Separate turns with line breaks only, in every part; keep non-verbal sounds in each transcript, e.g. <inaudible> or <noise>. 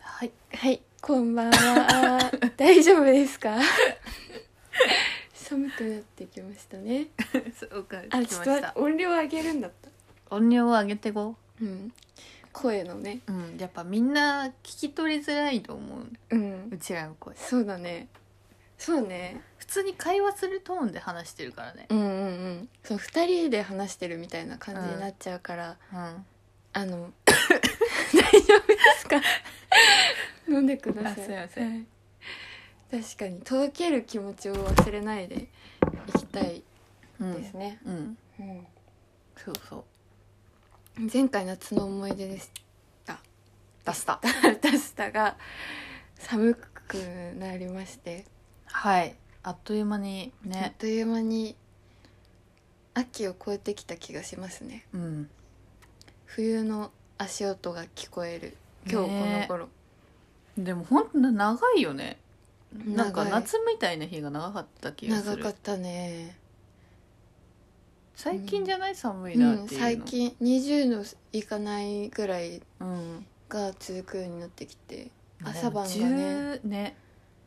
はい、はい、こんばんは。大丈夫ですか。寒くなってきました
<laughs>
ね。
<laughs> そうか
あ、
来
ちょ
ま
っ
し
と
た
音量上げるんだった。
音量を上げてこ
うん。声のね。
ううんやっぱみんな聞き取りづらいと思う
うん
う。ちらの声
そうだね。そうね。
普通に会話するトーンで話してるからね
うんうんうん。そう、二人で話してるみたいな感じになっちゃうから。
うん
あ
<laughs>
の。大丈夫ですか。飲んでください。
あすいません
はい確かに届ける気持ちを忘れないで。いきたい
うん
ですね。
うん
うん
そうそう
前回夏の思い出でした
出した
出したが寒くなりまして、
<laughs> はいあっという間に
あっ
ね
という間に秋を越えてきた気がしますね
うん
冬の足音が聞こえる今日この頃、
でもほんと長いよねなんか
長い
夏みたいな日が長かった気がす
長
る
かったね、
最近じゃない寒いうなっ
ん、
ていうの、
最近20度いかないぐらい
うん
が続くようになってきて朝
朝
晩
晩
が
が
ね
ね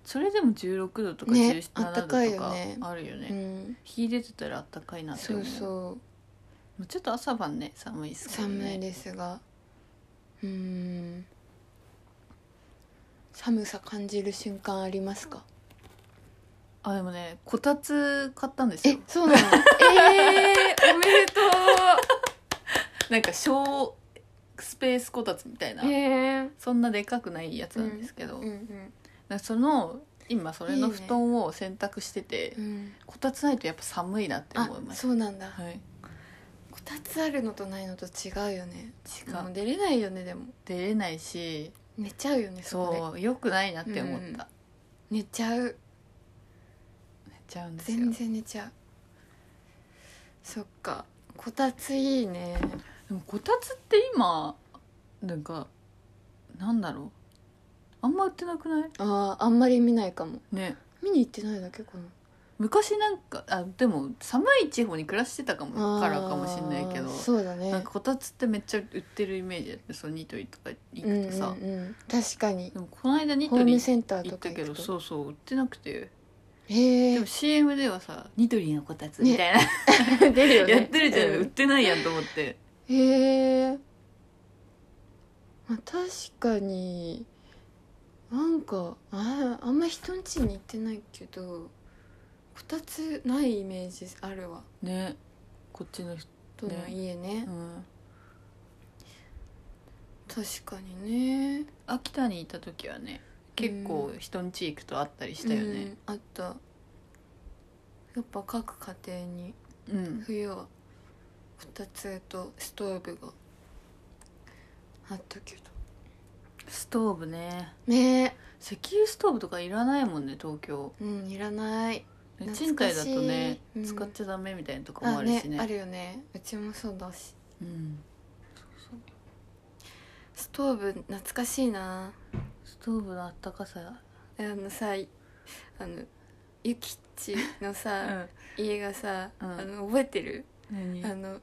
それでも16度とか
ね
17
あった
度と
かいよ
か
ね
あるよね
うん
日出てたらあったかいなって
そ
思う
うそう
もうちょっと朝晩ね寒いっすけど
寒い
ね
ですがうーん寒さ感じる瞬間ありますか
あでもねこたつ買ったんです
え
よ
そうなのえー、おめでと
なんか小スペースこたつみた
<laughs>
いな、
うえー、
そんなでかくないやつなんですけど、
うんうん
なんかその今それの
いいね
布団を洗濯してて
うん
こたつないとやっぱ寒いなって
あ
思いました
そうなんだ
はい違
こたつあるのとないのと違うよねもう
う
出れないよねでも
出れないし
寝ちゃうよねそこで
そう良くないなって思った、
うん
寝
寝ちゃう
ちゃうんですよ
全然寝ちゃうそっかこたついいね
でもこたつって今なんかなんだろうあんま売ってなくない
あーあんまり見ないかも
ね
見に行ってないだけかな
昔なんかあでも寒い地方に暮らしてたかもからかもしれないけど
あーそうだね
なんかこたつってめっちゃ売ってるイメージだってそのニトリとか行
うんう
く
ん
とさ、
うん、確かに
でもこの間ニ
ホ
ト
ー
リ
ムセンター
行
と
っ
か
たけ
行
ど
くと
そうそう売ってなくて
へ
で
え
も CM ではさ「ニトリのこたつ」みたいな、
出るよね
<laughs> やってるじゃん、
う
売ってないやんと思って
へえ、まあ、確かになんかああんま人ん家に行ってないけどこたつないイメージあるわ
ねこっちの人、
どの家ね
うん、
確かにね
秋田にいた時はね結構人ん家行くとあったりしたよね
うんあったやっぱ各家庭に
うん、
冬はこたつとストーブがあったけど
ストーブね
ねえ
石油ストーブとかいらないもんね東京
うんいらない懐かしい
賃貸だとね、
うん
使っちゃダメみたいなとこも
あ
あるし
ね
ね
あるよねうちもそうだし
うん、
ストーブ懐かしいな
ストーブのあったかさ、
あのさいあのゆきっちの
う
さ、、家がさ、
うん
あの覚えてる、
何
あの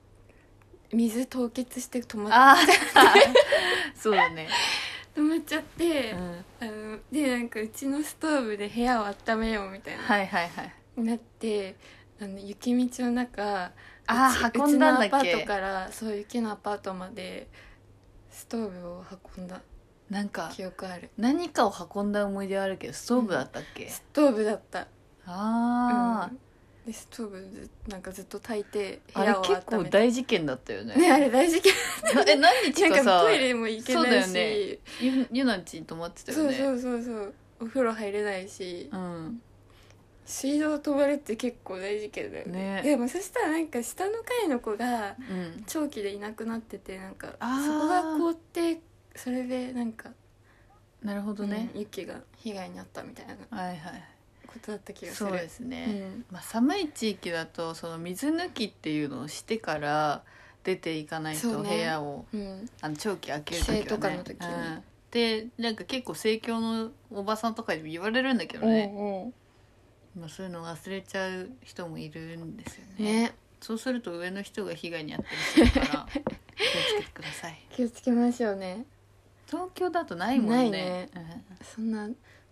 水凍結して止まっ
あー <laughs> そうだね、
止まっちゃって
う、ん、
あのでなんかうちのストーブで部屋を温めようみたいな、
はいはいはい
なってあの雪道の中
あー
うち
運んだんだっけ
うちのアパートからそう雪のアパートまでストーブを運んだ
なんか
記憶ある
何かを運んだ思い出はあるけどストーブだったっけ、
ストーブだった
あ
うんでストーブずなんかずっと炊いて
ー、
部
あれ
屋を温め
結
て
構大事件だったよ
<laughs>
ね
ねあれ大事件
なえ <laughs> 何日
な
か
んか
さ
トイレも行け
そう
な
だ
い
よ
し、
ねゆゆなちに泊まってたよ
そう
ね
そうそうそうお風呂入れないし
うん
水道止まるって結構大事件だよね
ね
でもそしたらなんか下の階の子が
うん
長期でいなくなっててなんかそ
あー
こが凍ってそれでなんか、
なるほどね、
うん雪が被害に遭ったみたいな
はいはい
ことだった気がす
そ
る
うですね、
うん
まあ、寒い地域だとその水抜きっていうのをしてから出ていかない
そ
と
うね
部屋を、
うん
あの長期開ける
帰省と
時
か
は
の
ね
時
うんでなんか結構盛況のおばさんとかにも言われるんだけど
うん
ね、
うん
まあ、そういうの忘れちゃう人もいるんですよね
ね
そうすると
<laughs>
上の人が被害に遭ったりするから気をつけてください
気をつけましょうね
東京だとないもんね
ないね
うん
そんな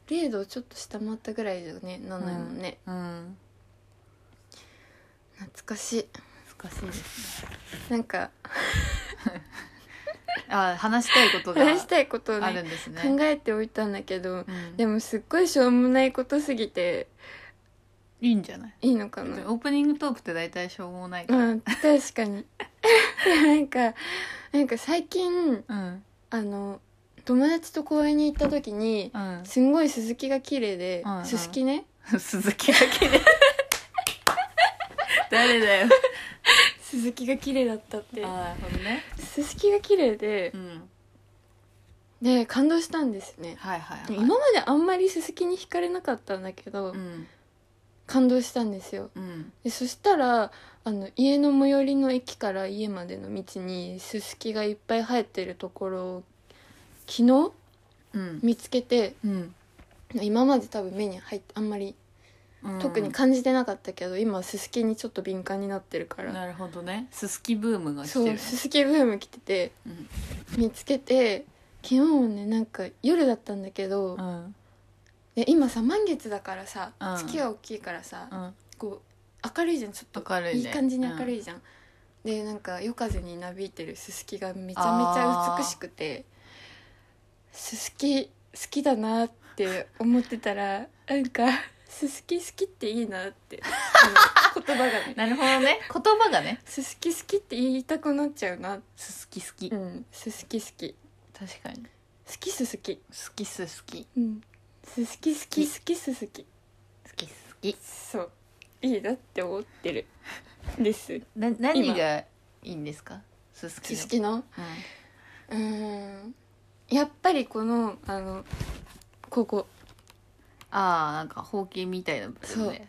0度をちょっと下回ったぐらいだよねなのよね、
うん
懐かしい
難しいです
なんか
ねあ話したいことが
話したいことを
あ
ね
るんですね
考えておいたんだけど
うん
でもすっごいしょうもないことすぎて
いいんじゃない
いいのかな
オープニングトークって大体しょうもないから
うん確かに <laughs> なんかなんか最近
うん
あの友達と公園に行った時に
うん
すんごいススキが綺麗で
うんうん <laughs>
ススキね
鈴木だ
<laughs>
けで誰だよ
ススキが綺麗だったって
ああほんね
ススキが綺麗で
うん
で感動したんですね
はいはいはい
今まであんまりススキに惹かれなかったんだけど
うん
感動したんですよ
うん
でそしたらあの家の最寄りの駅から家までの道にススキがいっぱい生えてるところを昨日
うん
見つけて
うん
今まで多分目に入ってあんまり
うん
特に感じてなかったけど、今ススキにちょっと敏感になってるから
なるほどねすすきブームが来て
そ
る
うススキブーム来てて
うん
見つけて昨日もねなんか夜だったんだけど、
うん
で今さ満月だからさ、
うん
月が大きいからさ、
うん
こう明るいじゃんちょっと
明るいね
い感じに
うん
明るいじゃん、でなんか夜風になびいてるススキがめちゃめちゃ美しくてススキ好きだなって思ってたら <laughs> なんかススキ好きっていいなってあの
<laughs>
言葉がね
なるほどね言葉がね
ススキ好きって言いたくなっちゃうな
すすき好き
うんススキ好き
確かに
好きススキ
すきすすき
うんススキ好き好きススキ
好きすき
そういいなって思ってるです
な何がいいんですかすすき
ス
の
スキのうーんやっぱりこのあのここ
ああなんか包茎みたいな部分で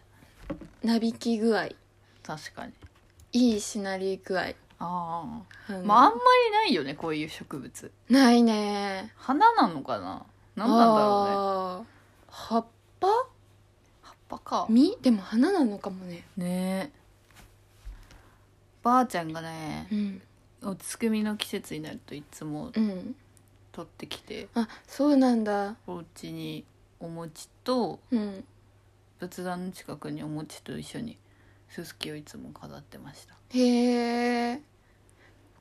なびき具合
確かに
いいしなり具合
あ
あの
あまああんまりないよねこういう植物
ないね
花なのかな何なんだろうね
ろうね葉っぱ
葉っぱか
実でも花なのかもね
ねえばあちゃんがね
うん
お月見の季節になるといつも
うん
取ってきて
あそうなんだ
お家にお餅と
うん
仏壇の近くにお餅と一緒にすすきをいつも飾ってました
へえ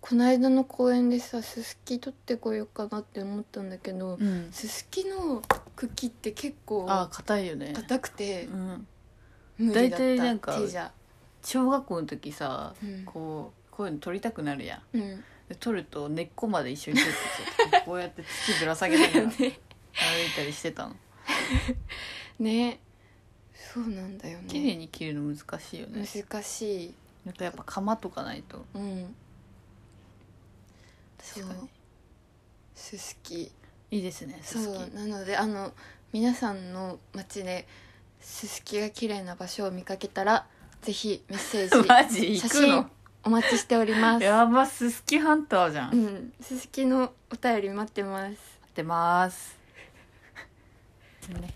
この間の公園でさススキ取ってこようかなって思ったんだけど
うん
ススキの茎って結構
ああ硬いよね
硬くて
うん
無理だった
大体なんか
手じゃ
小学校の時さ
うん
こうこういうの取りたくなるやん
うん
で取ると根っこまで一緒に取ってさ <laughs> こうやって土ぶら下げながら歩い
ね
たりしてたの
ねそうなんだよ
<laughs> 綺麗
ね
に切るの難しいよね
難しい
なんかやっぱ釜とかないと
うん
確か
そう
に
すすき
いいですね
そ
すすき
うなのであの皆さんの街ですすきが綺麗な場所を見かけたらぜひメッセ
<laughs>
ー
マジ
ジ
行
写
く
真
の
お待ちしております
やばすすきハンターじゃん
う
待
んすすきのお便り待ってます
ってますね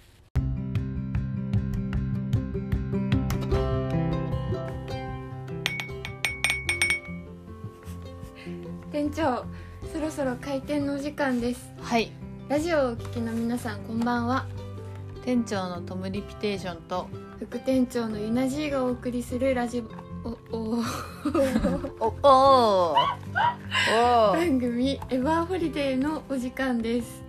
店長そろそろ開店のお時間です
はい
ラジオをお聞きの皆さんこんばんは
店長のトムリピテーションと
副店長のゆなじーがお送りするラジオ
<laughs>
おお
おおーおー
番組「エヴァーホリデー」のお時間です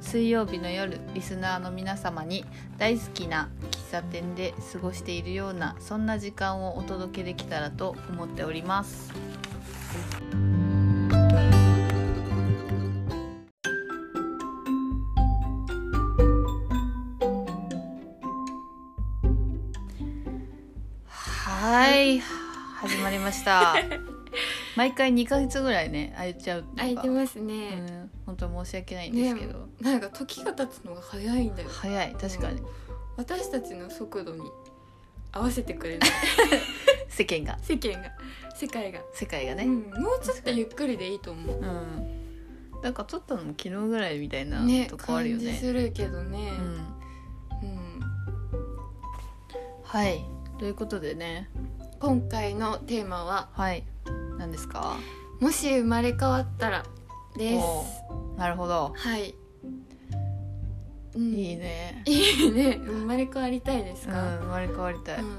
水曜日の夜リスナーの皆様に大好きな喫茶店で過ごしているようなそんな時間をお届けできたらと思っておりますはい始まりました
<laughs>
毎回2ヶ月ぐらいね空いちゃうのが
空いてます
う
ね、
ん、本当申し訳ないんですけど、
なんか時が経つのが早いんだよ
早い確かに、
私たちの速度に合わせてくれ
<laughs>
ない
世間が
世間が世界が、
世界が
う
ね
ん、もうちょっとゆっくりでいいと思
うん、なんか撮ったのも昨日ぐらいみたいうな
ね
とこあ
感
るよ
じ
ね
するけどね
うん、
うん、
はいということでね
今回のテーマは
はい何ですか
「もし生まれ変わったら」です
おなるほど、
はい、うん、
いいね
いい <laughs> ね生まれ変わりたいです
うん
か、
生まれ変わりたい、
うん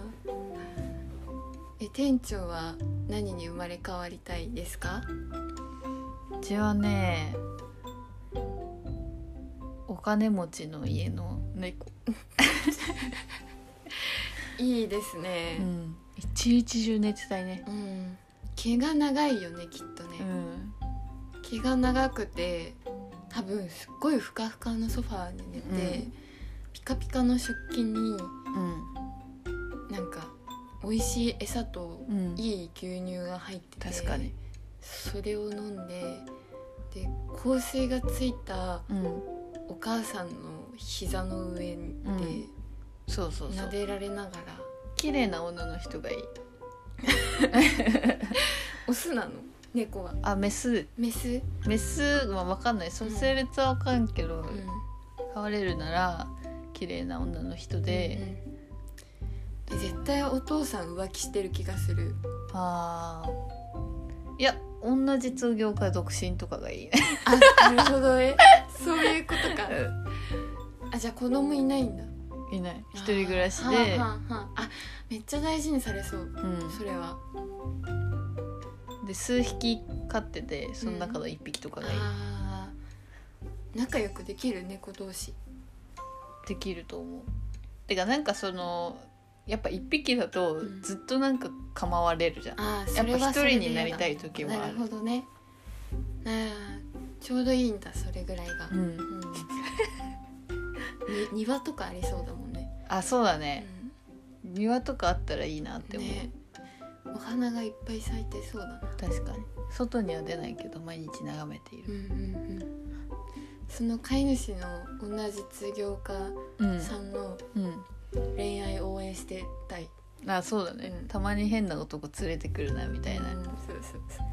え店長は何に生まれ変わりたいですか
うちはねお金持ちの家の猫、
いいです
う
ね
ん、一日中寝てたいね
うん、毛が長いよねきっとね、
うん
毛が長くて多分すっごいふかふかのソファーに寝て、
うん
ピカピカの食器に
うん
なんか美味しい餌と
うん
いい牛乳が入ってて
確かに、
それを飲んでで香水がついた
うん、
お母さんの膝の上で
んそうそうそ
撫
う
でられながら、
綺麗な女の人がいい
オスなの猫は
あメス
メス、
メスは分かんないその性別は分かんけど、
うん
飼われるなら綺麗な女の人で、
うんうん絶対お父さん浮気してる気がする
ああいや同じ通業か独身とかがいい <laughs> ね
あなるほどね <laughs> そういうことかあじゃあ子供いないんだ
いない一人暮らし
あ
で
ーはあはあはああめっちゃ大事にされそう
う
それは
ん、で数匹飼っててその中の1匹とかがいい、
あー仲良くできる猫同士
できると思うてかなんかそのやっぱ1匹だと
うん
ずっとなんか構われるじゃん、
あーそれは
やっぱ
それで
一人になりたい時もある
なるほどねあーちょうどいいん <laughs> だそれぐらいが、
うん
うんに庭とかありそうだもんね、
あそうだ
う
ね、
ん
庭とかあったらいいなって思う、
ねお花がいっぱい咲いてそうだな
確かに外には出ないけど毎日眺めてい
うん
る、
うんうんその飼い主の同じ通業家
うん
さんの
うん
恋愛応援してたい
あそうだね、
うん
たまに変な男連れてくるなみたいな、
うんそうそうそ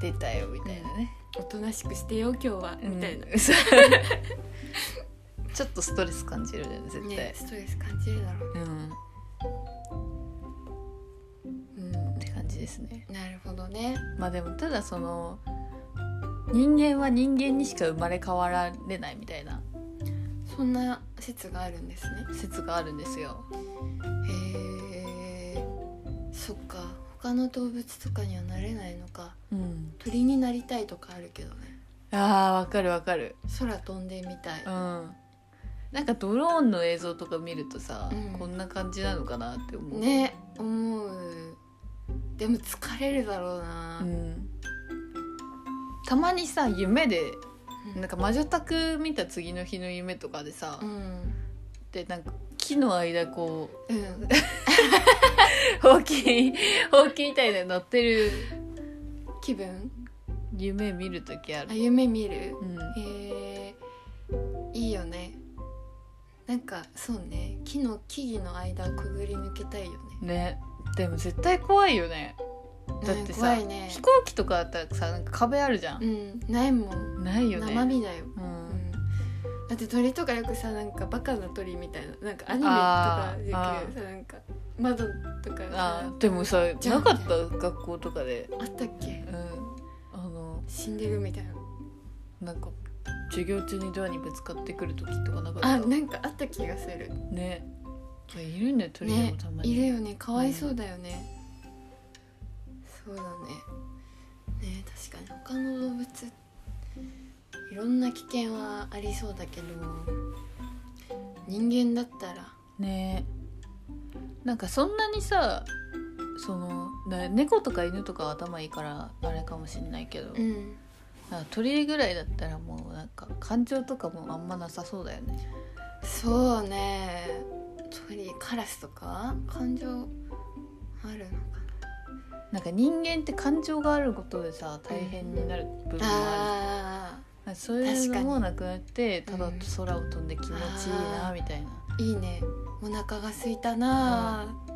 出たよみたいなね、
うおとなしくしてよ今日は、
うん
みたいな、
そう <laughs> ちょっとストレス感じるよね絶対、
ね、ストレス感じるだろう
うんっ
うん
て感じですね
なるほどね
まあでもただその人間は人間にしか生まれ変わられないみたいな
そんな説があるんですね
説があるんですよ
へえそっか他の動物とかにはなれないのか
うん
鳥になりたいとかあるけどね
あーわかるわかる
空飛んでみたい
うんなんかドローンの映像とか見るとさ、
うん
こんな感じなのかなって思う
ね思うでも疲れるだろうな、
うんたまにさ夢で
うん
なんか魔女宅見た次の日の夢とかでさ、
うん
でなんか木の間こ <laughs> う
うん <laughs>
ほうきほうきみたいなの乗ってる
気分
夢見る時あ
あ
る、
夢見る
うん、
へえいいよねなんかそうね木の木々の間をくぐり抜けたいよね
ねでも絶対怖いよねだって
うん
さ、
怖いね
飛行機とかだったらさなんか壁あるじゃん
う、んないもん
ないよね
生身だよ、
う
うんん、だって鳥とかよくさなんかバカな鳥みたいななんかアニメとか
あー
できるさなんか窓とか
あ
さ
ーでもさ
じゃん
なかった学校とかで、
あったっけ
うん、あの
死んでるみたいな
なんか授業中にドアにぶつかってくる時とかなかった
あなんかあった気がする
ねいるね鳥で
ね
もたまに、
いるよねかわいそうだよね、そうだねね確かに他の動物いろんな危険はありそうだけど人間だったら
ねなんかそんなにさそのな猫とか犬とかは頭いいからあれかもしんないけど、
うん
なんか鳥ぐらいだったらもうなんか感情とかもあんまなさそうだよね
そうね鳥カラスとか感情あるのか
なんか人間って感情があることでさ大変になる部分も
な
ある、
あ
なんかそういうの
確か
も
に
なくなってただ
うん
空を飛んで気持ちいいな
あー
みたいな、
ーいいねお腹が空いたなあ、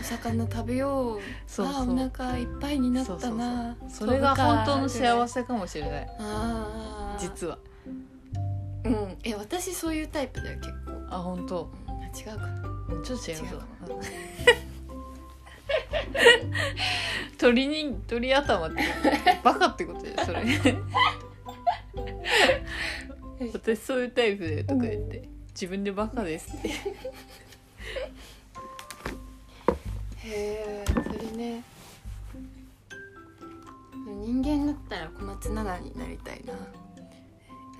お魚食べよう
そうそう
あーお腹いっぱいになったな
それが本当の幸
せ
せかもしれない
あー
実は
うんえ私そういうタイプだよ結構、
あ本当
うんあ違うかな
ちょっと違
違
うぞ
うか
うん <laughs> 鳥に鳥頭ってことバカってことでそれ
よし
私そういうタイプでとか言って自分でバカですって
へえそれね人間だったら小松菜奈になりたいな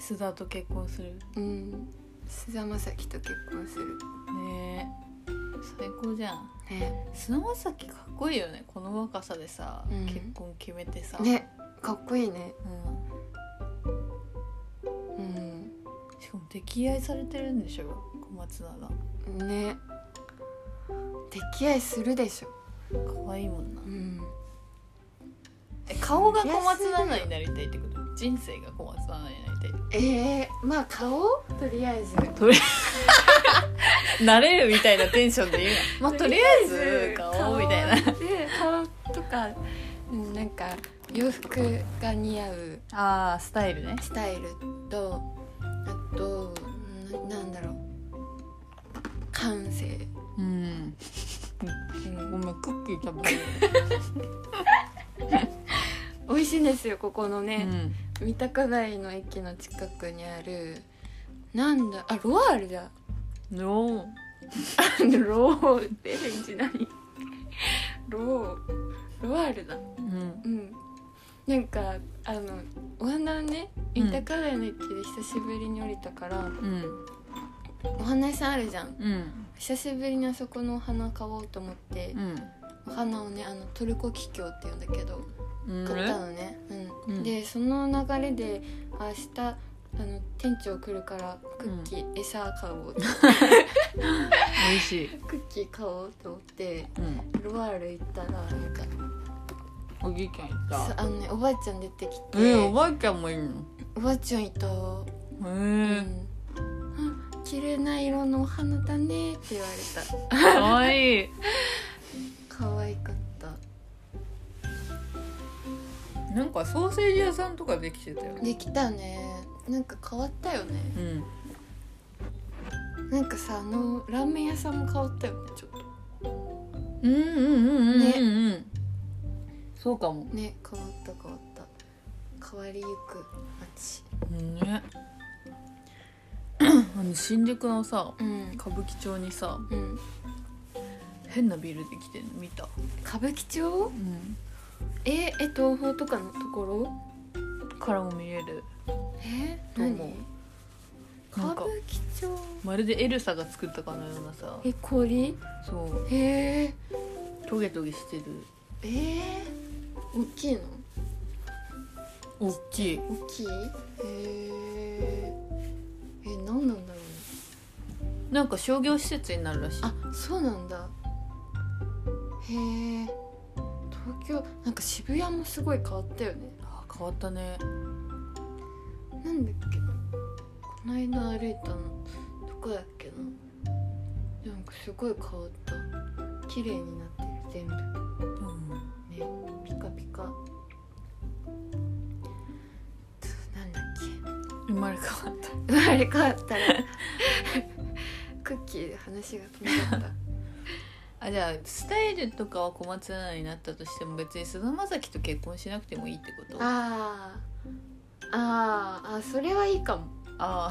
須田と結婚する
うん菅田将暉と結婚する
ねえ最高じゃん
ね
菅田将暉かっこいいよねこの若さでさ、
うん
結婚決めてさ、
ねかっこいいね
うん、
う
しかも溺愛されてるんでしょ小松菜奈
んね溺愛するでしょ
可愛いもんな
うん
え顔が小松菜奈になりたいってこと人生が小松菜奈になりたい
ええまあ顔とりあえず
とりなれるみたいなテンションで言うな、まあ、とりあえず顔みたいな
顔で顔とかうんなんか洋服が似合う
あースタイルね
スタイルとあとななんだろう感性
うんごめんクッキー食べる、
美味しいんですよここの
う
ね、
ん、
三鷹台の駅の近くにあるなんだあロアールだ
の
<laughs> ローって返事何ローロアールだ
うん
うんなんかあのお花をね
うん
三鷹台の駅で久しぶりに降りたから、
うん
お花屋さんあるじゃん
うん
久しぶりにあそこのお花買おうと思って、お花をねあのトルコキキョウって言うんだけど
うん
買ったのね、うん
うん
でその流れであ明日あの店長来るからクッキー、餌買お <laughs> う
美味しい、
クッキー買おうと思って
うん、
ロワール行ったらなんか
おじいちゃんい
さ
た
あのねおばあちゃん出てきて、
えー、おばあちゃんもいるの
おばあちゃんいた、
へえ、
うんあ綺麗な色のお花だねって言われ
かわいい
た可愛かった
なんかソーセージ屋さんとかできてたよね
できたねなんか変わったよね
うん
なんかさあのラーメン屋さんも変わったよねちょっと
うんうんうんうんうん、うんそうかも
ね変わった変わった変わりゆく街
ねあの新宿のさ
うん
歌舞伎町にさ
うん
変なビルできてるの見た、
歌舞伎町
うん、
ええ東宝とかのところ
からも見える
え
どう
何
思うな
歌
んか
舞伎町
まるでエルサが作ったかのようなさ
え氷
そう
へえ
トゲトゲしてる
えー、大きいの
大きい
大きいへーえ何なんだろうね
なんか商業施設になるらしい
あそうなんだへえ東京なんか渋谷もすごい変わったよね
あ変わったね
なんだっけこの間歩いたのどこだっけななんかすごい変わった綺麗になってる全部
うん
ねピカピカつなんだっ
生まれ変わった
け生まれ変わ <laughs> ったらクッキーで話が飛んじゃった
あじゃあスタイルとかは小松菜奈になったとしても別に菅田将暉と結婚しなくてもいいってことあ
あーあーあそれはいいかも
あー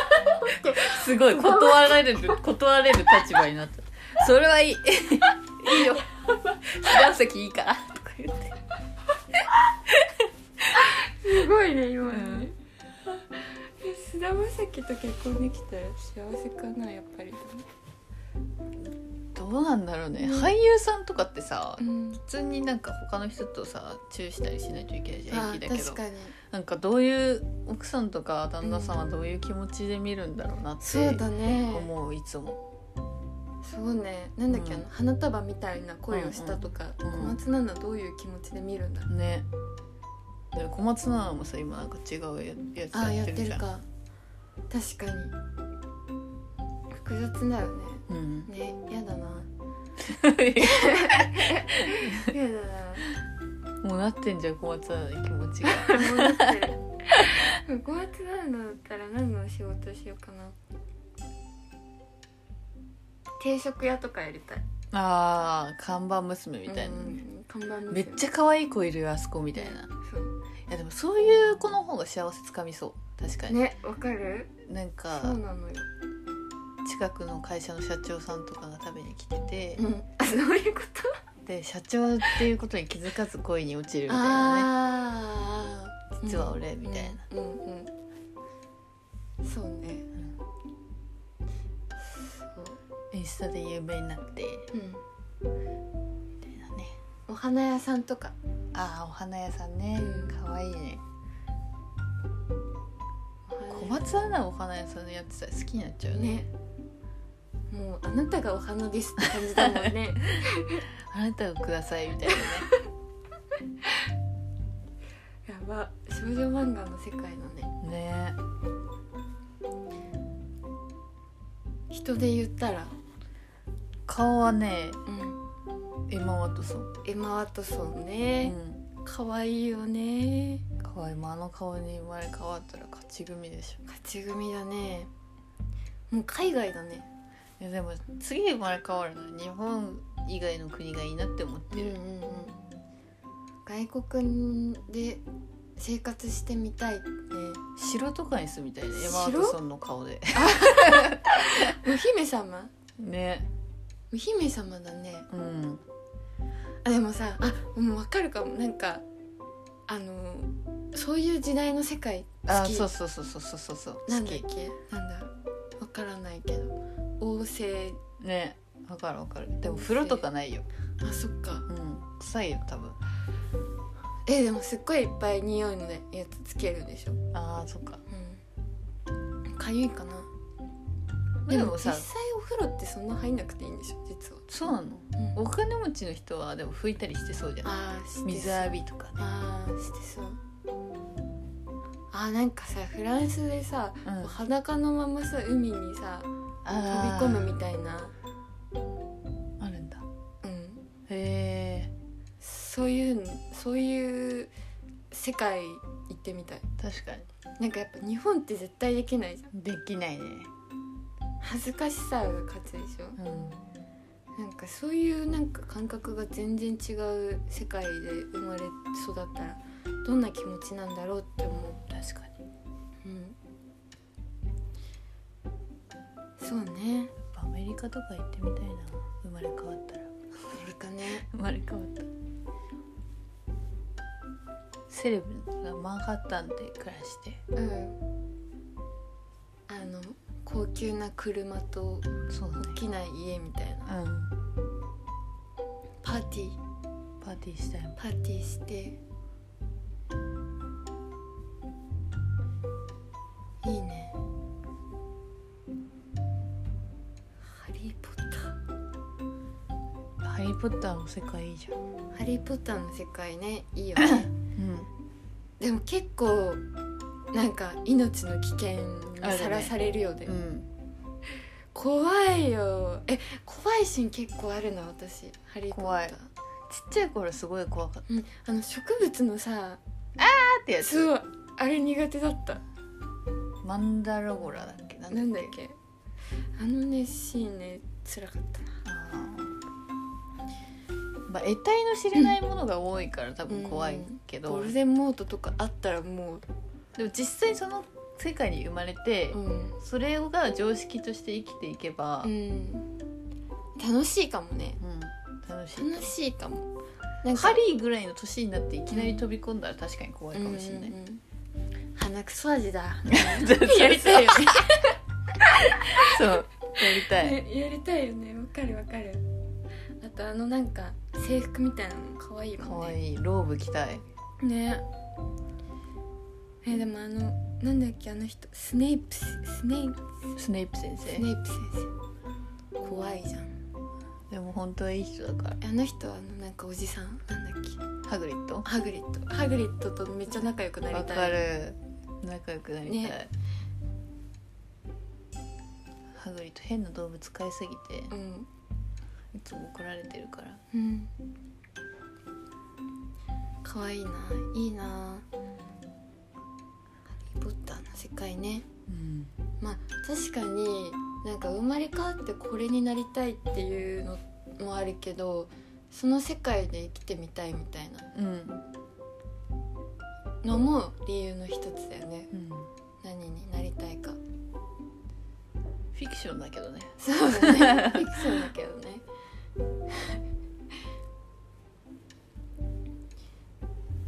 <laughs> すごい断られる断れる立場になったそれ <laughs> はいいいいよ菅田将暉いいからとか言って
すごいね今の
う
ね
ん
え菅田将暉と結婚できたら幸せかなやっぱり、
どうなんだろうね
うん
俳優さんとかってさ
うん、
普通になんか他の人とさチューしたりしないといけないじゃん
あ
平気だけど
確かに
なんかどういう奥さんとか旦那さんはどういう気持ちで見るんだろうなって
そうだね
思ういつも
そうねなんだっけ、
うん
あの花束みたいな恋をしたとか、
うんうんうん
小松菜奈どういう気持ちで見るんだろう、
ねで小松菜奈もさ今なんか違うやつ
ああ
や
や
っ
って
る
て
じ
る
ゃん
か確かに複雑だよ
うん <laughs>
ねねやだなやだな
もうなってんじゃん小松菜奈の気持
<laughs>
ちが
思ってる5月なんだったら何のお仕事しようかな定食屋とかやりたい
あー看板娘みたい
う
なね、
ん看板娘
めっちゃ可愛い子いるよあそこみたいない
そう
やでもそういう子の方が幸せつかみそう確かに、
ねわかる
なん
そう
か
なのよ、
近くの会社の社長さんとかが食べに来てて、
うん、あそういうこと
で社長っていうことに気づかず恋に落ちるみたいなね
ああ
実は俺みたい
な
な、
うんうん、うんそうねそう
うんインスタで有名になって
うん
みたいなね
お花屋さんとか
ああお花屋さんね
うん
可愛、いいね
お花屋
小松アナお花屋さんでやってたら好きになっちゃうね
ねもうあなたがお花ですって感じだもんね
<laughs> あなたをくださいみたいなね
やば少女漫画の世界のね
ね
人で言ったら、
顔はね
うん、
エマ・ワトソン、
エマ・ワトソン
う
ね
ん、
可愛、いよね
可愛いもうあの顔に生まれ変わったら勝ち組でしょ
勝ち組だねもう海外だね
いやでも次生まれ変わるのは日本以外の国がいいなって思っ
うん
て
うん
る、
うん外国で生活してみたいって
城とかに住みたいねエマ・ワ
城
トソンの顔で
お姫様
<laughs> ね
お姫様だね
うん
あでもさあもう分かるかもなんかあのそういう時代の世界
あ
好き
そうそうそうそうそうそうそう
な
好
んだっ
き
けなんだ分からないけど王政
ねわかるわかるでも風呂とかないよ
あそっか
うん臭いよ多分
えでもすっごいいっぱい匂いのねやつつけるでしょ
あーそっか
うんかゆいかなで
で
も
もさ
実際お風呂ってそんな入んなくていいんでしょ実は、
そうなの
うん
お金持ちの人はでも拭いたりしてそうじゃん
ああして
水
そう
浴びとかね、
あーしてそうあーなんかさフランスでさ
うん、あ
裸のままさ海にさ飛び
ー
込むみたいな、
あるんだ
うん、
へえ
そういうのそういう世界行ってみたい
確かに
なんかやっぱ日本って絶対できないじゃん
できないね
恥ずかしさが勝つでしょ
う
な
ん
んかそういうなんか感覚が全然違う世界で生まれ育ったらどんな気持ちなんだろうって思う
確かにやっ
うんそうね
ぱアメリカとか行ってみたいな生まれ変わったら
アメリカね
生まれ変わったセレブがマンハッタンで暮らして
うんあの高級な車と
そうだ
大きな家みたいな
ねうん
パーティー
パーティーしたいもん
パーティーしていいね「ハリー・ポッター」
ハリー・ポッターの世界いいじゃん
「ハリー・ポッター」の世界ねいいよね
う
でも結構なんか命の危険に
あるね
さらされるようで、
ん、うん、
怖いよえ怖いシーン結構あるな私「ハリー・ポッター」
怖いちっちゃい頃すごい怖かっ
うん、あの植物のさ
たってや
す
つ
ごいあれ苦手だった
マンダラゴラだっけなん
なんだっけあのねシーンね辛かったな
あーまあ、得体の知れないものが多いから多分怖いけど、
ゴールデンモートとかあったらもう
でも実際その世界に生まれて、
うん、
それが常識として生きていけば、
うん、楽しいかもね
うん楽しい
楽しいかもなんか
ハリーぐらいの年になっていきなり飛び込んだら確かに怖いかもしれない、
うんうんうん鼻くそ味だ
そう
やりたいよ
<laughs> そうやりたい、
ねやりたいよねわかるわかるあとあのなんか制服みたいなの可愛いもんね
かわいいローブ着たい
ねえでもあのなんだっけあの人スネイプススネイプ
スネイプ先生
スネイプ先生怖いじゃん
でも本当はいい人だか
あの人はあのなんかおじさんなんだっけ
らハグリッド
ハグリッドハグリッドとめっちゃ仲良くなり
わ
たい
かる仲良くなりたい、
ね
ハグリッド変な動物飼いすぎて
うん
いつも怒られてるから
うん可愛いないいなハリー・ポッターの世界ね
うん
まあ確かになんか生まれ変わってこれになりたいっていうのもあるけどその世界で生きてみたいみたいな
うん、
のも理由の一つだよね何
ィクションだけどね
そうだねフィクションだけどね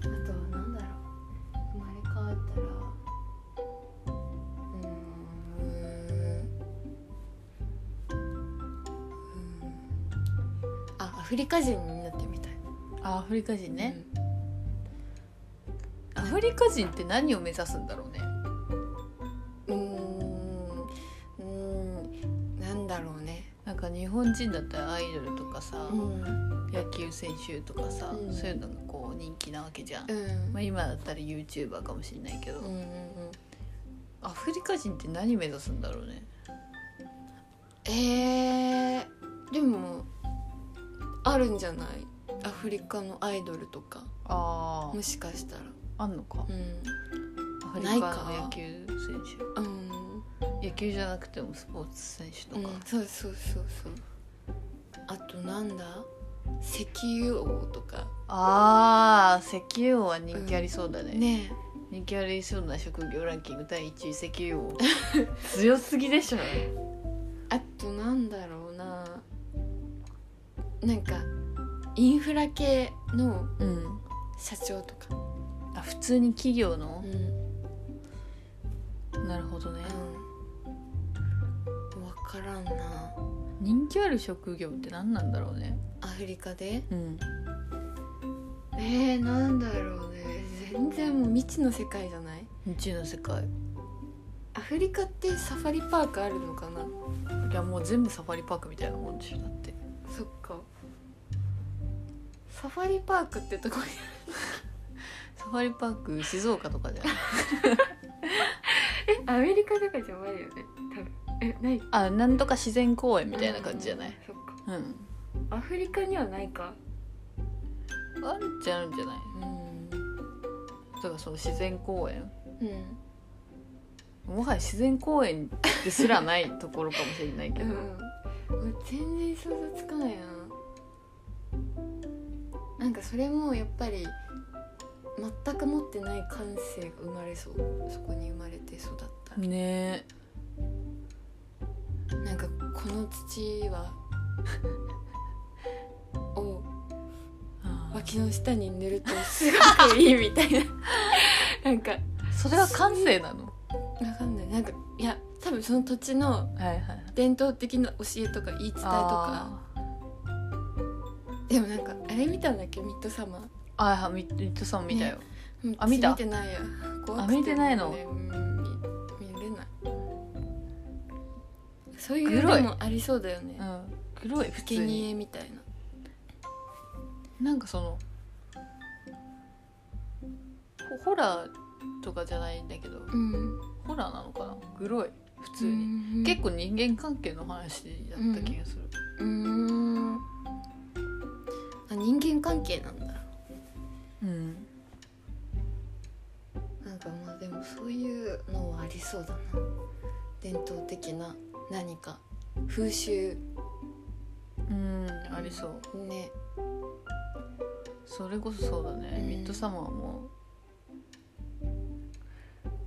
あとはなんだろう生まれ変わったらうーんうーんあアフリカ人になってみたい
あアフリカ人ね、、アフリカ人って何を目指すんだろうね
うんうーんうーんなんだろうね
なんか日本人だったらアイドルとかさ、
うん、
野球選手とかさ、
うん
そういうのがこう人気なわけじゃん、
うん
まあ、今だったら YouTuber かもしれないけど、
うんうんうん、
アフリカ人って何目指すんだろうね
えー、でもあるんじゃないアフリカのアイドルとか
あ
もしかしたら
ああんのか
う
アフリカ
な
の
いか
野球選
ん、うん
手野球じゃなくてもスポーツ選手と
うん
か、、
そうそうそうそうあとなんだ石油王とか
あー石油王は人気ありそうだね,、
ね
人気ありそうな職業ランキング第1位石油王 <laughs> 強すぎでしょ
あとなんだろうななんかインフラ系の
うん
社長とか、
あ普通に企業の
う、ん
なるほどね
うん、分からんな
人気ある職業って何なんだろうね
アフリカで
うん
えー、なんだろうね全然もう未知の世界じゃない
宇宙の世界
アフリカってサファリパークあるのかない
やもう全部サファリパークみたいなもんでしょだって
そっかサファリパークってとこに
サファリパーク静岡とかじゃない
<laughs> アメリカとかじゃないよね多分えない
<laughs> あなんとか自然公園みたいな感じじゃない
そっか
うん
アフリカにはないか
あるっちゃあるんじゃない
うん
だからその自然公園
うん
もはや自然公園ですらないところかもしれないけ
う
ど、
んもう全然想像つかないななんかそれもやっぱり全く持ってない感性が生まれそうそこに生まれて育ったら
<laughs> ね
なんかこの土
<laughs>
はを
<laughs> え
脇の下に塗るとす
<laughs>
ごくいいみたいななんか
それは感性なの
わかんないなんかいや多分その土地の
はいはい
伝統的な教えとか言い伝えとか
あ
でもなんかあれ見たんだっけミッドサマー
ーあーミッミッドさん見たよ、
うん
あ見た
見てないや怖く
あ見てないの
もうねうん見見れないそういう
黒い
でもありそうだよね
うん黒い普
生
通に
贄みたいな
なんかそのホホラーとかじゃないんだけど
うん
ホラーなのかな黒い普通に、結構人間関係の話だった気がする、
うーんあ人間関係なんだ
うん
なんかまあでもそういうのはありそうだな伝統的な何か風習
うん、ありそう
ね
それこそそうだね、
うん
ミッドサマーも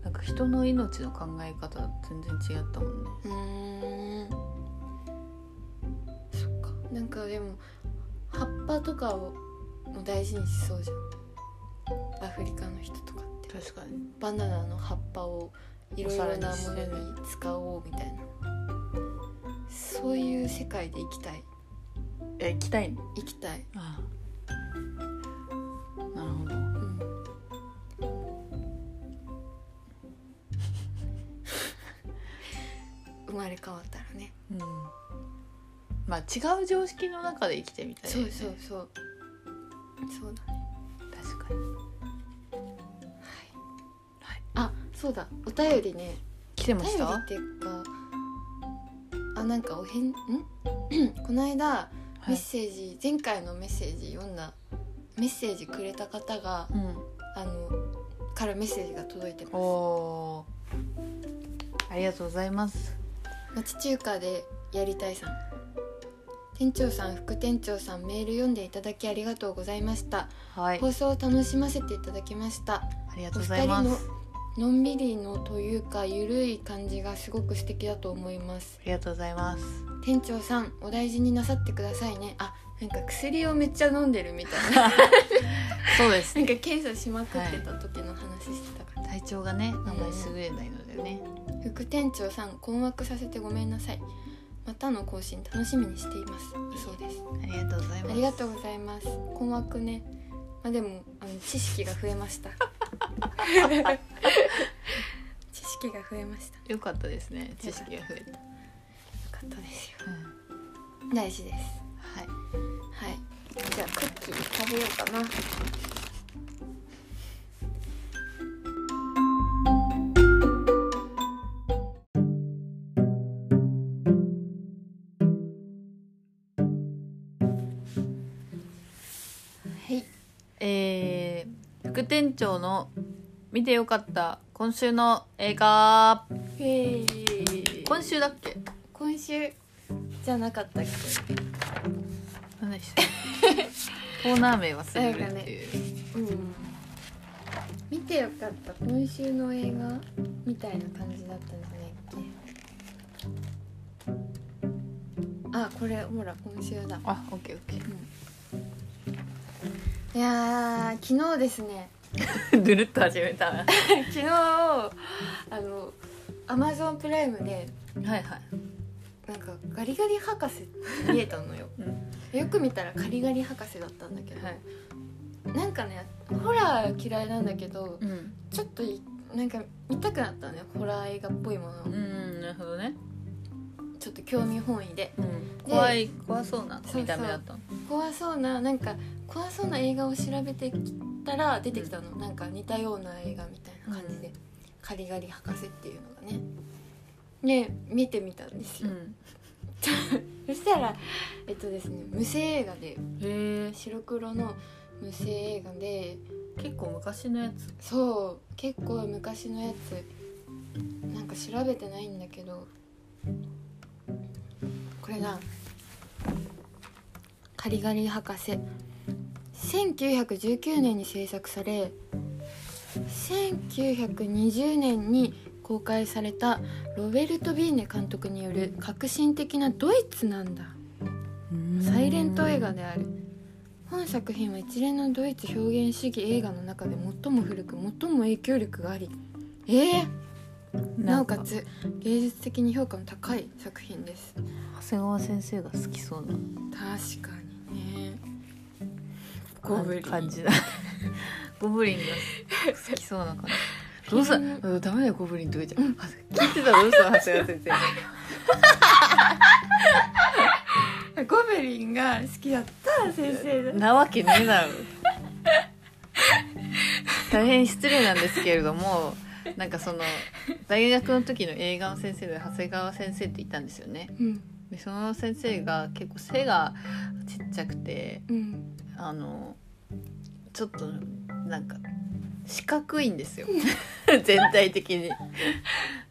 なんか人の命の考え方全然違ったもんね
うーんそっかなんかでも葉っぱとかをも大事にしそうじゃんアフリカの人とかって
確かに
バナナの葉っぱをいろいろなも
お皿にしてね
のに使おうみたいなそういう世界で生きたい
え行きたいの
生きたい
ああなるほ
う
ど
ん <laughs> 生まれ変わったらね
うんまあ違う常識の中で生きてみたいよ
そう
ね
そうそうそうだね
確かに
はい、あそうだお便りね
来て
お
ま
便
し
り
た
っていうかあなんかおへんん <coughs> この間メッセージ、前回のメッセージ読んだメッセージくれた方が
うん
あのからメッセージが届いてます
おーありがとうございます
町中華でやりたいさん店長さん副店長さんメール読んでいただきありがとうございました
はい
放送を楽しませていただきました
ありがと
お
うござ
二
い
人
ます
ののんびりのというかゆるい感じがすごく素敵だと思います
りがとうございます
店長さんお大事になさってくださいねあなんか薬をめっちゃ飲んでるみたい
<laughs>
な
そうです
なんか検査しまくってた時の話してたから、
体調がねあんまり優れないのでね、
副店長さん困惑させてごめんなさいまたの更新楽しみにしていますそうです
ありがとうございます
ありがとうございます困惑ねまあでもあの知識が増えました <laughs> 知識が増えましたよ
よかったですね知識が増えた、
かったですよ
うん
大事です
はい
はいじゃあクッキー食べようかなはい
えー、副店長の見てよかった今週の映画今週だっけ
今週じゃなかったっ
何でした <laughs> コーナー名忘れるっていう、
けうん見てよかった今週の映画みたいな感じだったんじゃないっけあこれほら今週だ
あオッケーオッ
いやー昨日ですね
ケーぬるっと始めたはい
昨日あのアマゾンプライムで
はい
なんかガリガリ博士見えたのよ、よく見たらガリガリ博士だったんだけど、
はい
なんかねホラー嫌いなんだけど
うん
ちょっといなんか見たくなったのよホラー映画っぽいものを
うんなるほどね、
ちょっと興味本位で
うん、怖い怖そうな見た目だったの
怖そうななんか怖そうな映画を調べてきたら出てきたの、なんか似たような映画みたいな感じで、カリガリ博士っていうのがねで見てみたんですよ、
ん、
そしたらえっとですね無声映画で
へえ
白黒の無声映画で
結構昔のやつ
そう結構昔のやつなんか調べてないんだけどこれだ「カリガリ博士」1919年に制作され1920年に公開されたロベルト・ビーネ監督による革新的なドイツなんだサイレント映画である本作品は一連のドイツ表現主義映画の中で最も古く最も影響力がありえーなおかつ芸術的に評価の高い作品です
長谷川先生が好きそうな
確かにねゴブ
ゴブ
リ
リ
ン
ン感じだ <laughs> ゴブリンが好きそうな感 <laughs> じどうしたうんダメだよゴブリンとか言っちゃう、聞いてたらどうした長谷川先生
ゴブリンが好きだった先生だ
なわけねえだろ大変失礼なんですけれどもなんかその大学の時の映画の先生で長谷川先生っていたんですよね
うん
でその先生が結構背がちっちゃくて
うん
あのちょっとなんか四角いんですよ <laughs> 全体的に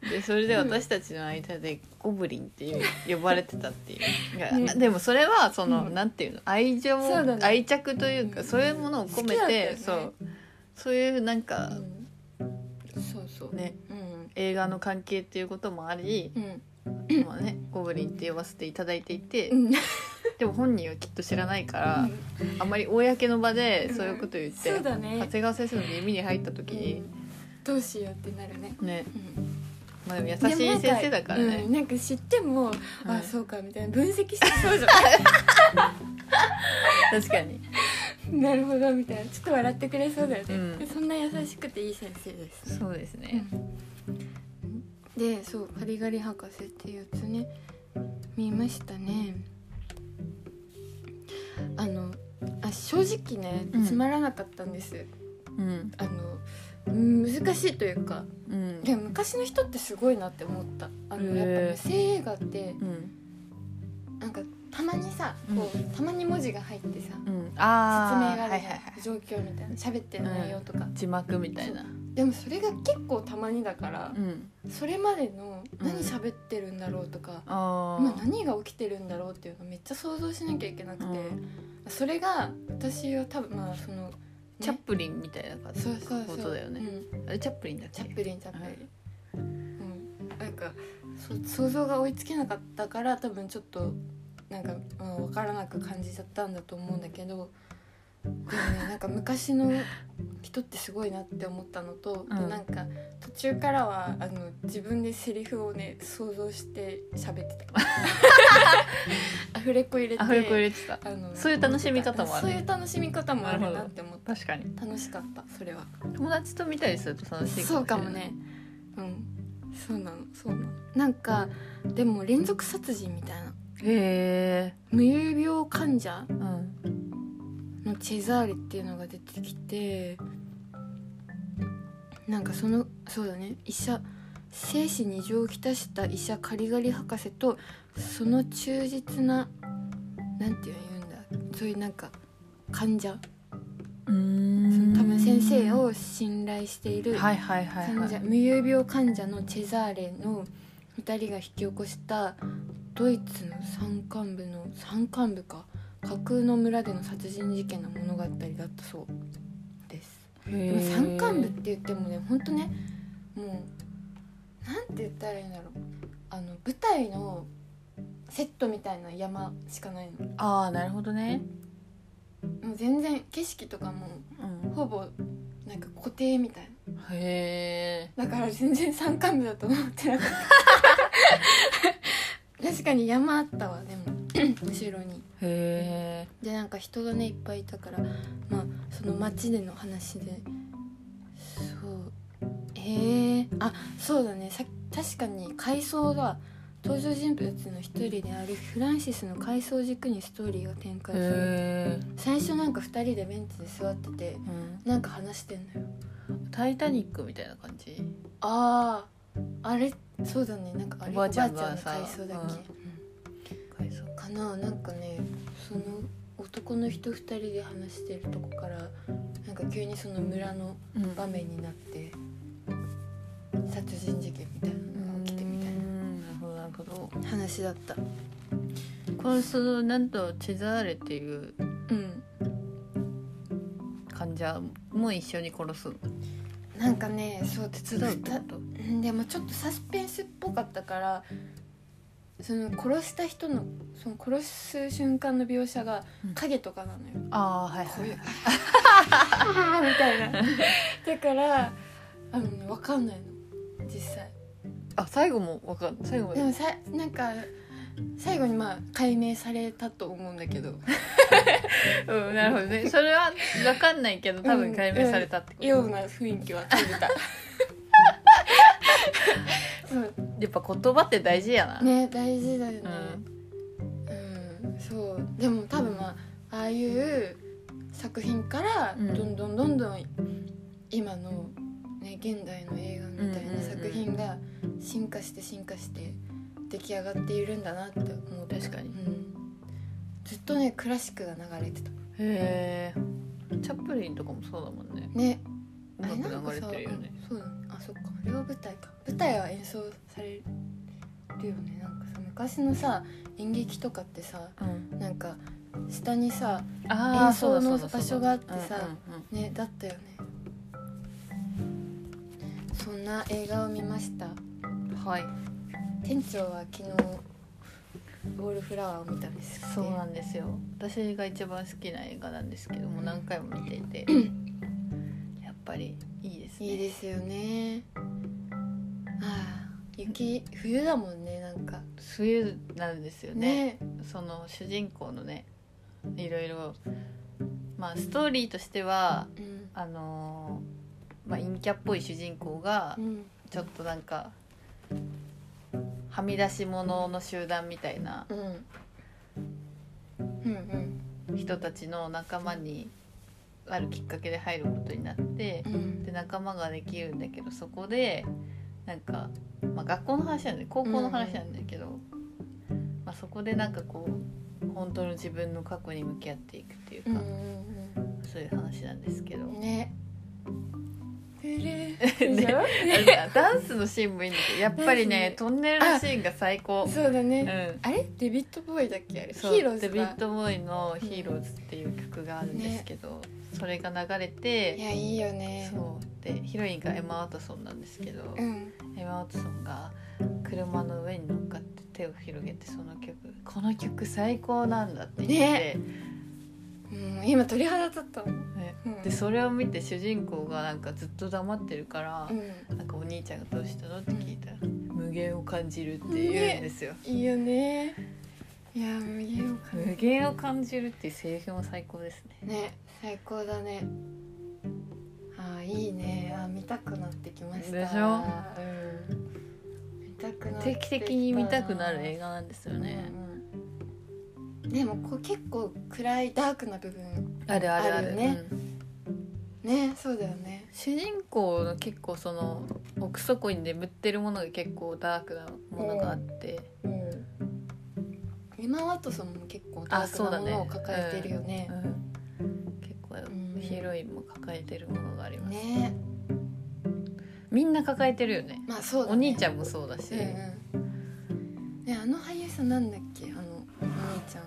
でそれで私たちの間でゴブリンっていう呼ばれてたっていういや
ね
でもそれはその、
うん
なんていうの愛情、
そうだね
愛着というか
うん
そういうものを込め
好きだった
て、
よね
そうそういうなんか
うんそうそう
ね
うん
映画の関係っていうこともあり、
うん
まあね、ゴブリンって呼ばせていただいていて、
うん
でも本人はきっと知らないから、あんまり公の場で <laughs> そういうこと言って、
そうだ
長
ね
谷川先生の耳に入った時に、
どうしようってなるね
ね、
うん
まあ、優しい先生だか
で
ら
もなんか,、
ね
うん、。なんか知っても、
は
あ
い
そうかみたいな分析してそうじゃ
確かに。
<laughs> んなるほどみたいなちょっと笑ってくれそうだよね、
うん
そんな優しくていい先生です、
そうですね。
でそう「カリガリ博士」っていうやつね見ましたねあのあ正直ね
うん
つまらなかったんです、
うん、
あのうん難しいというか
うん、
でも昔の人ってすごいなって思ったあのやっぱ無声映画って
うん、
なんかたまにさこう、たまに文字が入ってさ
うん、
説
あ
明
あ、
があ
は
る
い
じ
は
ゃん
いはい。
状況みたいな喋ってる内容とか、
字幕みたいな。
でもそれが結構たまにだから
う、ん、
それまでの
うん
何喋ってるんだろうとか、
あ
今
あ。
何が起きてるんだろうっていうのめっちゃ想像しなきゃいけなくて、
うん
それが私は多分まあその
チャップリンみたいな感じ
そうそうそう
ことだよね
うん
あれチャップリンだっけ
チャップリンチャップリン、うん、なんかそ想像が追いつけなかったから多分ちょっとなんか、うん、分からなく感じちゃったんだと思うんだけどでもねなんか昔の人ってすごいなって思ったのと、
う
で
ん
なんか途中からはあの自分でセリフをね想像して喋ってたアフレコ入れて
アフレコ入れてた
あの
そういう楽しみ方もある
そういう楽しみ方もあるなって思った
確かに
楽しかったそれは
友達と見たりすると楽しい
そうかも
しれない
ねうんそうなのそうなのなんかでも連続殺人みたいな
へえ
無遊病患者
うん
のチェザーレっていうのが出てきてなんかそのそうだね医者生死に情をきたした医者カリガリ博士とその忠実ななんていうんだそういうなんか患者その多分先生を信頼している
はいはいはいは
患
い
者無有病患者のチェザーレの2人が引き起こしたドイツの山間部の山間部か架空の村での殺人事件の物語だったそうですでも山間部って言ってもねほんとねもうなんて言ったらいいんだろうあの舞台のセットみたいな山しかないの
ああなるほどね
もう全然景色とかも
うん
ほぼなんか固定みたい
へえ
だから全然山間部だと思ってなかった確かに山あったわでも <clears throat> 後ろに
へえ
でなんか人がねいっぱいいたからまあその町での話でそうへえあそうだねさ確かに階層が登場人物の一人であるフランシスの階層軸にストーリーが展開する
へえ
最初なんか2人でベンチで座っててなんか話してんのよ
「タイタニック」みたいな感じ
あああれそうだねなんかあれ
おばあちゃんが
おばあちゃんの体
さ
操だっけ、
はいそう
かななんかねその男の人2人で話してるとこからなんか急にその村の
うん
場面になって殺人事件みたいなのが起きてみたい
なるほどなるほど
な話だった
これそのなんとチェザーレっていう
うん
患者も一緒に殺すの
なんかねそう
手
手
伝
伝う
うってこと
うんでもちょっとサスペンスっぽかったからその殺した人のその殺す瞬間の描写が
うん
影とかなのよ、
ああはい
こう
はい <laughs> いう
あーみたいなだからあのね分かんないの実際
あ最後もわかん最後ま
で
で
もさなんか最後にまあ解明されたと思うんだけど
うんなるほどねそれはわかんないけど多分解明されたってこと
ような雰囲気は感じ
<laughs>
たそう
やっぱ言葉って大事やな
ね大事だよね
うん
うん、そうでも多分まあああいう作品から
うん
どんどんどんどん今の、ね、現代の映画みたい
うんうんう
なん作品が進化して進化して出来上がっているんだなって思う
確かに
うん、ずっとねクラシックが流れてた
へえチャップリンとかもそうだもんね
ねあれ
音
なん
楽
か
流れ
さ、
てるよね
うんそうだねあそっかあれは舞台か舞台は演奏されるよねなんかさ昔のさ演劇とかってさ
うん
なんか下にさ
ああ
演
そう
奏の
だそうだそうだ
場所があってさ
うんうんうん
ねだったよねそんな映画を見ました
はい
店長は昨日ボールフラワーを見たんですって
そうなんですよ私が一番好きな映画なんですけども何回も見ていてやっぱりいいですね
いいですよねああ雪冬だもんねなんか
冬なんですよ
ね
ねその主人公のねいろいろまあストーリーとしては
うん
あのーまあ、陰キャっぽい主人公が
うん
ちょっとなんかはみ出し者の集団みたいな
うんうん
人たちの仲間にあるきっかけで入ることになって
うんうん
で仲間ができるんだけどそこでなんか、まあ、学校の話なんで高校の話なんだけど、まあ、そこでなんかこう本当の自分の過去に向き合っていくっていう
うんう
か、
ん
そういう話なんですけど
うんねくれ」でしょ、
あダンスのシーンもいいんだけどやっぱりねトンネルのシーンが最高
そうだ
う
ね、
ん
あれデビットボーイだっけあれヒ
そう
ーローズ
デ
か
ビッド・ボーイの「ヒーローズっていう曲があるんですけど、それが流れ
い
て
やいいよね
そうでヒロインがエマ・ワトソンなんですけど、
うん
エマ・ワトソンが車の上に乗っかって手を広げてその曲「この曲最高なんだ」って言って、
うん今鳥肌立ったもん
ね
うん
でそれを見て主人公がなんかずっと黙ってるから
う、ん
なんかお兄ちゃんが「どうしたの?」って聞いたら「無限を感じる」って言うんですよ。
いいよねいや無限を感じ
無限を感じるっていう制御も最高ですね。
ね最高だねあーいいねあー見たくなってきました
でしょ
うん見たくなって
定
きた
期的に見たくなる映画なんですよね。
うんうんでもこう結構暗いダークな部分
あるあるあ
あ
る
るね
うん
ねそうだよね
主人公の結構その奥底に眠ってるものが結構ダークなものがあって、
うん今ワトソンも結構ダ
あ
ーク
そう
な
だ
も
ね
のを抱えてるよね
うん結構
ん
ヒロインも抱えてるものがあります。
ね
みんな抱えてるよね。
まあそうだ、ね、
お兄ちゃんもそうだし、
うんうん、ねあの俳優さんなんだっけあのお兄ちゃん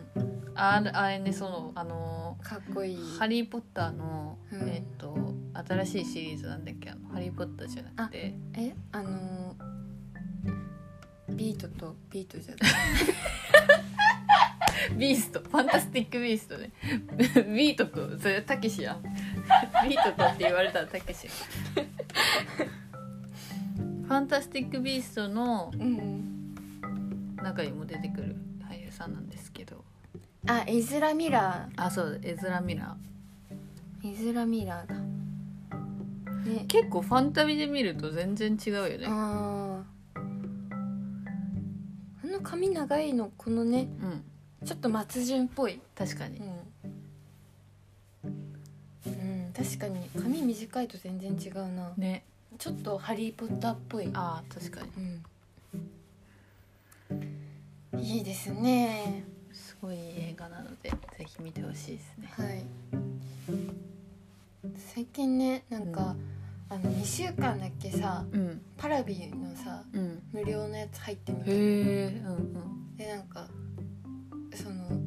ああれねそのあの
かっこいい
ハリー・ポッターの、
うん
えっと新しいシリーズなんだっけあのハリー・ポッターじゃなくて
えあのビートとビートじゃない
ビーストファンタスティック・ビーストね <laughs> ビートとそれたけしやん <laughs> ビートとって言われたらたけし <laughs> ファンタスティック・ビーストの
うん
中にも出てくる俳優さんなんですけど
あエズラ・ミラ
あそうエズラ・ミラー
ーエズラ・ミラーだね
結構ファンタビで見ると全然違うよね
あーあの髪長いのこのね
うん
ちょっと松潤っぽい
確かに
うん、うん、確かに髪短いと全然違うな
ね
ちょっとハリー・ポッターっぽい
あー確か
う
に
ん、いいですね。
すごい映画なのでぜひ見てほしいですね
はい。最近ね、なんか、あの二週間だっけさ、
うん
パラビのさ、
うん
無料のやつ入ってみ
へ
て、
えうん
でなんかその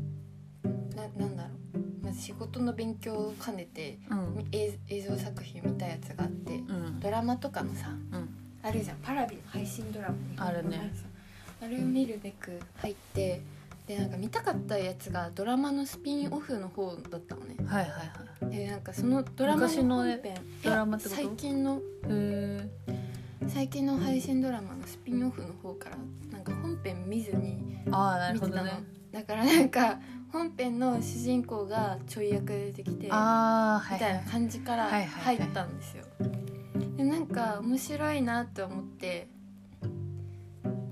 ななんだろう、まず仕事の勉強を兼ねて
うんうん
み映映像作品見たやつがあって、
うん
ドラマとかのさ、
うん
あるじゃんパラビの配信ドラマみたいなの
あるね
あれを見るべく入ってでなんか見たかったやつがドラマのスピンオフの方だったのね
はいはいはい
でなんかそのドラマの
昔の
本
ね
編
ドラマってこと
いや最近の
へ
最近の配信ドラマのスピンオフの方からなんか本編見ずに
えああな
見
るほ
て
ど
たの、
ね
だからなんか本編の主人公がちょい役で出てきて
ああは
み
いは
たい
い
な感じから
はいはいは
入
い
ったんですよ。でなんか面白いなって思って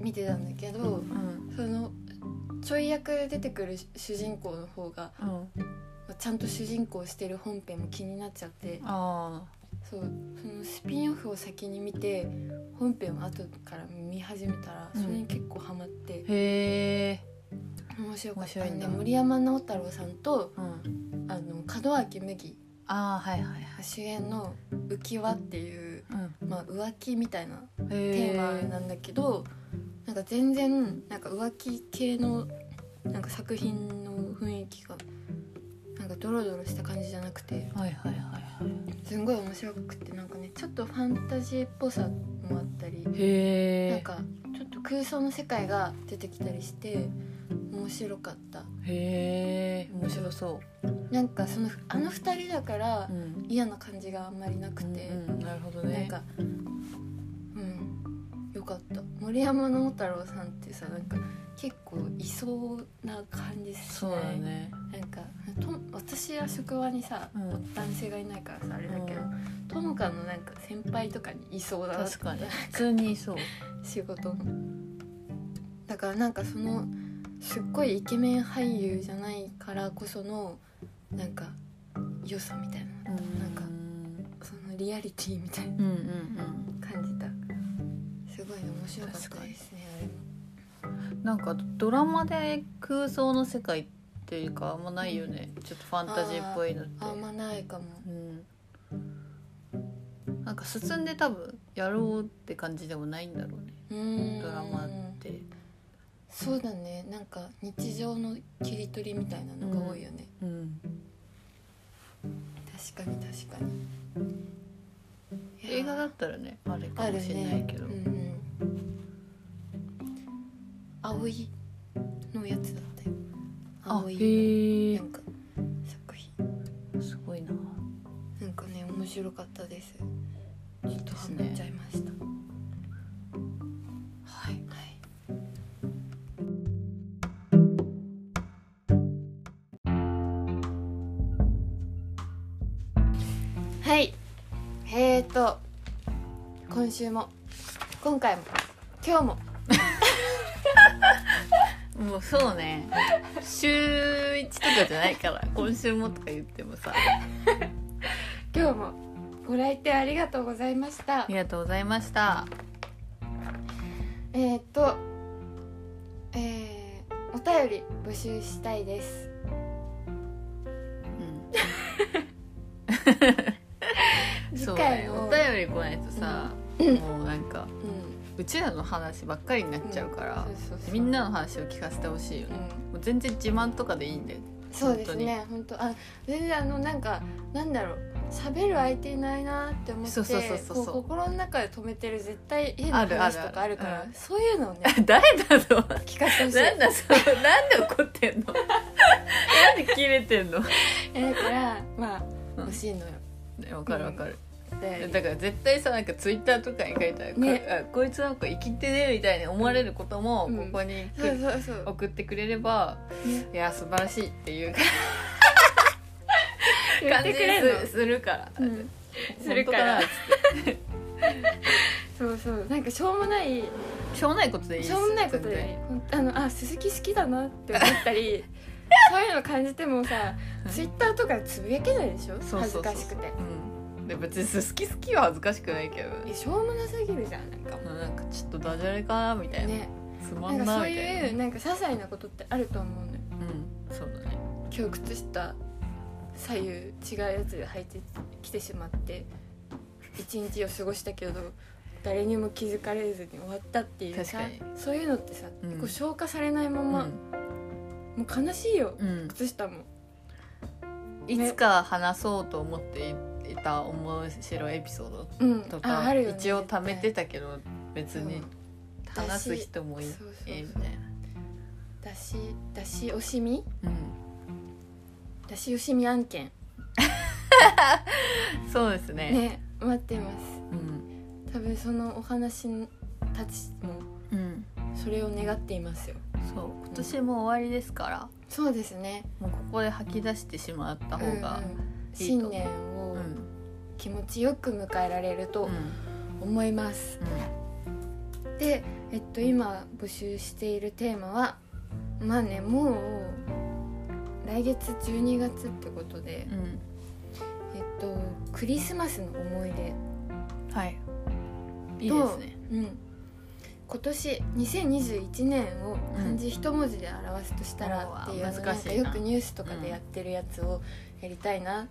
見てたんだけど
うん
そのちょい役で出てくる主人公の方が
うん
ちゃんと主人公してる本編も気になっちゃって
あ
そうそのスピンオフを先に見て本編を後から見始めたら
うん
それに結構ハマって
あへえ
面白かった
面白い
ん
ん
で
だ
森山直太朗さんと
うん
あの門脇麦
ああはいはいはい
主演の「浮輪」っていう、
う
まあ、浮気みたいなん
へ
テーマ
え
なんだけど、なんか全然なんか浮気系のなんか作品の雰囲気がなんかドロドロした感じじゃなくて
はいはいはいは
すんごい面白くてなんかねちょっとファンタジーっぽさもあったり、
いへ
なん
え
かちょっと空想の世界が出てきたりして面白かった
へえ面白そ
なんかそのあの二人だから
ううん
嫌な感じがあんまりなくて。
うんうんなるほど
なん
ね
かうんよかった森山直太朗さんってさなんか結構いそうな感じす
そう
ね
だね
なんかと私は職場にさ
うん
男性がいないからさあれだけど、
う
ともかのなんか先輩とかにいそうだなって
確かに普通にそう
仕事のだからなんかそのすっごいイケメン俳優じゃないからこそのなんか良さみたいななんか
うん
そのリアリティみたいな
うんうん
感じたすごい面白かったですね
うんなんかドラマで空想の世界っていうかあんまないよねちょっとファンタジーっぽいのって
あれもあんまないかも
うん、なんか進んで多分やろうって感じでもないんだろうね
うん
ドラマって
そうだねなんか日常の切り取りみたいなのが多いよね、
うん
確かに確かにいや
映画だったらねあれかもしれないけど、
あるねうんうん、葵のやつだったよ
あ
葵
へえ
なんか作品
すごいな
なんかね面白かったですちょっとハマっちゃいました、
は
は
い
いはい。えーと、今週も、今回も、今日も、
もうそうね週一とかじゃないから今週もとか言ってもさあ
今日も、ご来店ありがとうございました。
りがとうございました
えーと、えー、お便り募集したいです。
うんそう
次回
ね
の
お便り来ないとさ、
うん
もうなんか
うん。
うちらの話ばっかりになっちゃうから、
そうそうそう
みんなの話を聞かせてほしいよ
う
ね、
ん。
もう全然自慢とかでいいんだよ <laughs>
そうですね本当あ全然あのなんかなんだろう喋る相手いないなって思っ
そうそうそ
て
うそう
こう心の中で止めてる絶対変な
あるある
話とかあるか
う
ら
ん
そういうのをね
<laughs> 誰だろう
聞かせてほしい
なんだそのなんで怒っ
<laughs>
てんのなんで切れてんの
えだからまあ
うん
欲しいのよ
ねわかるわかる、
で
だから絶対さなんかツイッターとかに書いたら、
ね
こあこいつなんか生きてねみたいに思われることも
うん
ここに来
そ
る、
うそうそう
送ってくれれば、
ね
いや素晴らしいっていう感じ
言ってくれるの
すするから、
うん
するから
本そうそうなんかしょうもない
しょうもないことでいい
しょうもないこと
全然
でほんあのあ鈴木好きだなって思った
<laughs>
りそういうの感じてもさツイッターとかでつぶやけないでしょ
そう
恥ず
そうそう
かしくて
うんで別に好き好きは恥ずかしくないけど
いやしょうもなすぎるじゃんなんか
なんかちょっとダジャレかなみたいな、
ね
つま
なんか
んな
そう
みたいな
いうなんか些細なことってあると思うのよ
うんそうだね
今日靴下左右違うやつで履いてきてしまって一日を過ごしたけど誰にも気づかれずに終わったっていうさ
確か
そういうのってさ、
うん
こう消化されないまま、もう悲しいよ、
うん、うん
靴下も
いつか話そうと思っていた面白いエピソード
うん
と
あ
か、
あるよね
一応貯めて
絶
たけど別に
対
話す人もい
そ
いう
そうそう
えみた
出
い
し出し惜しみ
な、
出し惜しみ案件
うん、そうですね
ね待ってます
うん、
多分そのお話たちも
うん、
それを願っていますよ
そう今年も終わりですから
そうですね
もうここで吐き出してしまった方が
うんうん
いいと
新年
う
を
んうん
気持ちよく迎えられると思います、で、えっと、今募集しているテーマはまあねもう来月12月ってことで、
うんうん
えっと、クリスマスの思い出、
はいいいですね
うん、今年2021年を漢字一文字で表すとした
うわ
らっていう、あの
難しいな
なんかよくニュースとかでやってるやつをやりたいな、、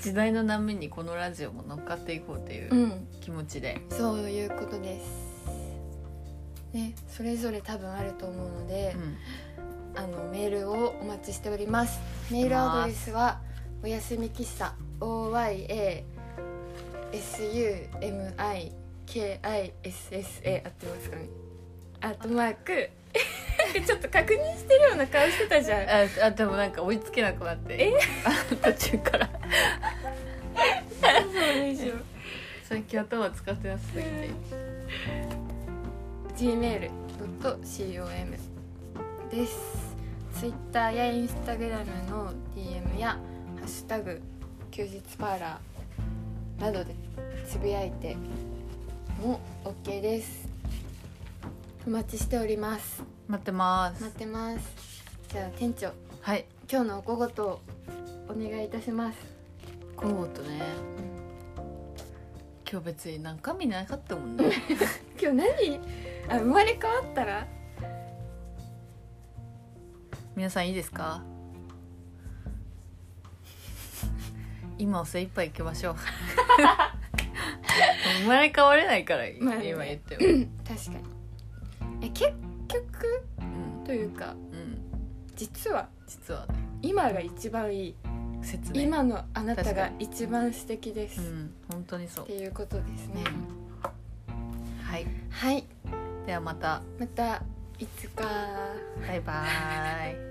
時代の波にこのラジオも乗っかっていこうっていううん気持ちで、
そういうことです。ね、それぞれ多分あると思うので
う、ん
あのメールをお待ちしております。メールアドレスはおやすみ喫茶 o y a s u m i k i s s a 合ってますかね。アットマークちょっと確認してるような顔してたじゃん。
ああでもなんか追いつけなくなってえ <laughs> 途中から
そうでしょ。
最近頭使ってなさすぎて
gmail c o m です。ツイッターやインスタグラムの DM やハッシュタグ休日パーラーなどでつぶやいても OK です。お待ちしております。
待ってます
待ってます。じゃあ店長
はい
今日のお午後とお願いいたします。
コートね今日別に中身なかったもんね
今日何？あ生まれ変わったら
皆さんいいですか今を精一杯いきま <laughs> しょう生まれ変われないから
まあね
今言っても
確かにえ結局
うん
というか
うん
実は
実はね
今が一番いい、
説明
今のあなた
確か
が一番素敵です、
う
っ
ん本当にそう
ていうことですね、
うんはい
はい
ではまた
またいつか
バイバーイ